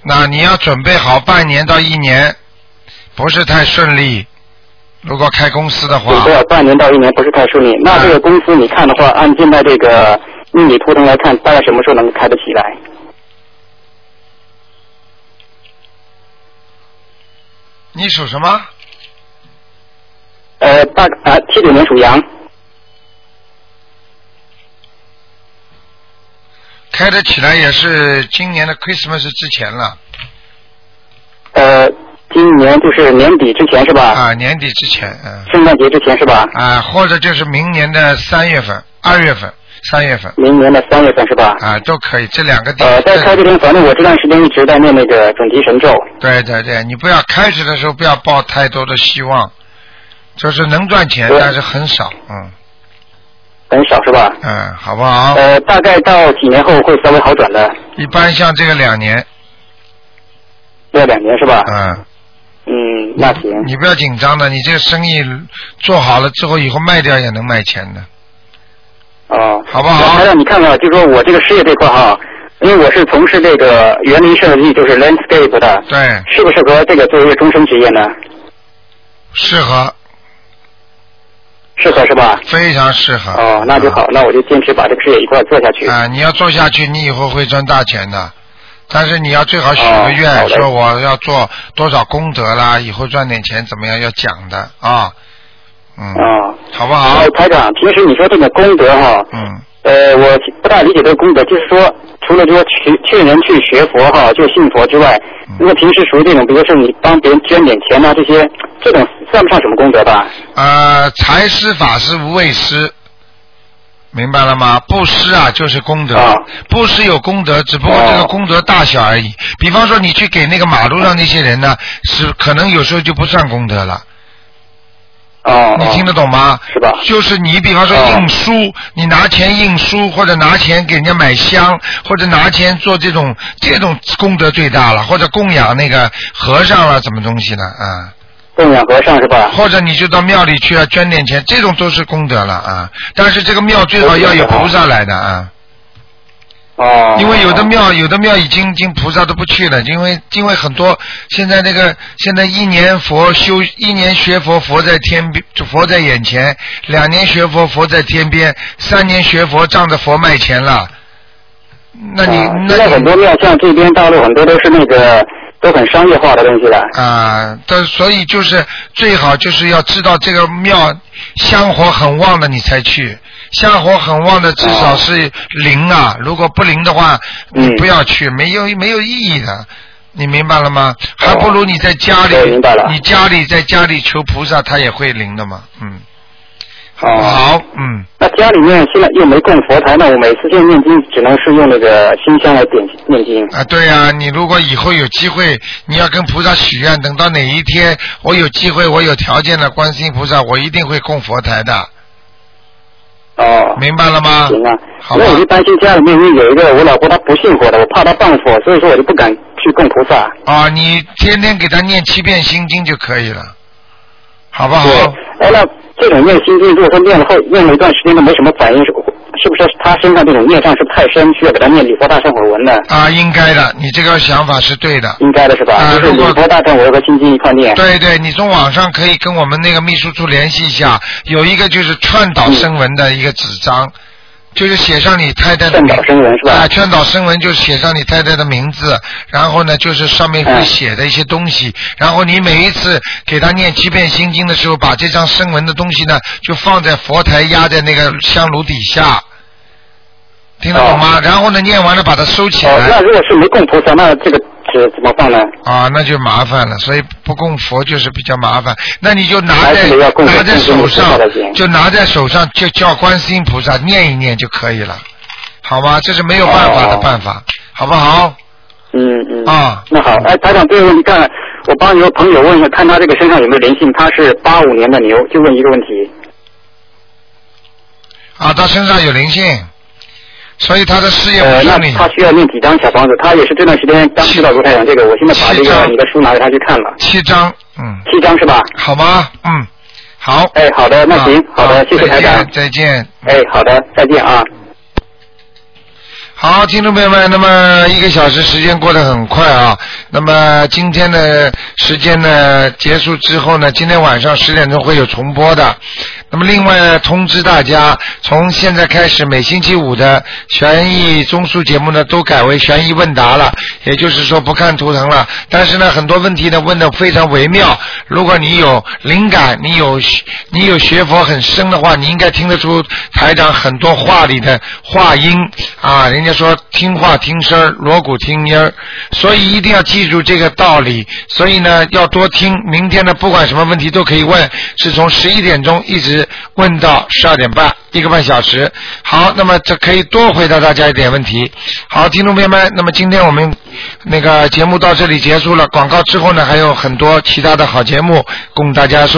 那你要准备好半年到一年，不是太顺利。如果开公司的话，准备了半年到一年不是太顺利。那这个公司你看的话，按现在这个命理图腾来看，大概什么时候能开得起来？你属什么？呃，大啊，七九年属羊，开得起来也是今年的 Christmas 之前了呃，今年就是年底之前是吧？啊，年底之前，嗯圣诞节之前是吧？啊，或者就是明年的三月份、二月份、三月份明年的三月份是吧？啊，都可以。这两个地呃，在开这边，反正我这段时间一直在念那个准提神咒。对对对，你不要开始的时候不要抱太多的希望，就是能赚钱，对但是很少，嗯很少是吧？嗯，好不好？呃，大概到几年后会稍微好转的，一般像这个两年，要两年是吧？嗯，嗯，那行。你不要紧张的，你这个生意做好了之后，以后卖掉也能卖钱的。哦，好不好？台长，你看看，就说我这个事业这块哈，因为我是从事这个园林设计，就是 landscape 的，对，适不适合这个作为一个终身职业呢？适合，适合是吧？ 非常适合。哦，那就好，那我就坚持把这个事业一块儿做下去。啊，你要做下去，你以后会赚大钱的。但是你要最好许个哦愿，好的说我要做多少功德啦，以后赚点钱怎么样，要讲的啊，嗯，啊，好不好？哦，台长，平时你说这个功德哈，嗯，呃，我不大理解这个功德，就是说，除了说劝劝人去学佛哈，就信佛之外，嗯如果平时属于这种，比如说你帮别人捐点钱呐、啊这些，这种算不上什么功德吧？呃，财施法施无畏施，明白了吗？布施啊，就是功德。哦布施有功德，只不过这个功德大小而已。比方说，你去给那个马路上那些人呢，是可能有时候就不算功德了。哦。你听得懂吗？是吧？就是你，比方说印书，你拿钱印书，或者拿钱给人家买香，或者拿钱做这种这种功德最大了，或者供养那个和尚了，什么东西的啊？供养和尚是吧？或者你就到庙里去啊，捐点钱，这种都是功德了啊。但是这个庙最好要有菩萨来的啊。哦。因为有的庙，有的庙已经已经菩萨都不去了，因为因为很多现在那个现在一年佛修一年学佛，佛在天边，佛在眼前；两年学佛，佛在天边；三年学佛，仗着佛卖钱了。那你、啊那现在你很多面向这边大陆很多都是那个都很商业化的东西了。啊，但所以就是最好就是要知道这个庙香火很旺的你才去，香火很旺的至少是灵啊，如果不灵的话，你嗯不要去，没有没有意义的。你明白了吗？还不如你在家哦里，你家里在家里求菩萨，他也会灵的嘛。嗯，哦。好，嗯。那家里面现在又没供佛台，那我每次就念经只能是用那个心香来点念经。啊，对呀、你如果以后有机会，你要跟菩萨许愿，等到哪一天我有机会，我有条件了，观世音菩萨，我一定会供佛台的。哦。明白了吗？行啊。好吧那我就担心家里面因为有一个我老婆她不信佛的，我怕她谤佛，所以说我就不敢去供菩萨。啊，你天天给他念七遍心经就可以了，好不好？哎，那这种念心经，如果说念了后念了一段时间都没什么反应，是是不是她身上这种业障是不是太深，需要给她念礼佛大忏悔文呢？啊，应该的，你这个想法是对的。应该的是吧？啊，就是如礼果佛大忏悔文和心经一块念。对对，你从网上可以跟我们那个秘书处联系一下，有一个就是劝导声闻的一个纸张，就是写上你太太的名劝导声闻是吧？啊，劝导声闻就是写上你太太的名字，然后呢就是上面会写的一些东西，然后你每一次给他念七遍心经的时候，把这张声闻的东西呢就放在佛台压在那个香炉底下。听得懂吗？然后呢，念完了把它收起来。哦，那如果是没供菩萨，那这个纸怎么放呢？啊，那就麻烦了，所以不供佛就是比较麻烦。那你就拿还在是要供拿在手上供菩萨的钱，就拿在手上，就叫观世音菩萨念一念就可以了，好吗？这是没有办法的办法，哦好不好？嗯嗯。啊，那好，哎，台长，这个问题看，我帮有个朋友问一下，看他这个身上有没有灵性，他是八五年的牛，就问一个问题。啊，他身上有灵性，所以他的事业呃，不那顺利。他需要念几张小房子？他也是这段时间刚知道卢台长这个，我现在把这个你的书拿给他去看了。七张，嗯。七张是吧？好吗？嗯，好。哎，好的，那行，好的，谢谢再台长见，。再见。哎，好的，再见啊。好，听众朋友们，那么一个小时时间过得很快啊。那么今天的时间呢，结束之后呢，今天晚上十点钟会有重播的。那么另外呢，通知大家，从现在开始，每星期五的悬疑综述节目呢，都改为悬疑问答了，也就是说不看图腾了。但是呢，很多问题呢问的非常微妙，如果你有灵感，你有你有学佛很深的话，你应该听得出台长很多话里的话音啊。人家说听话听声儿，锣鼓听音儿，所以一定要记住这个道理。所以呢，要多听。明天呢，不管什么问题都可以问，是从十一点钟一直问到十二点半，一个半小时。好，那么这可以多回答大家一点问题。好，听众朋友们，那么今天我们那个节目到这里结束了。广告之后呢，还有很多其他的好节目供大家收。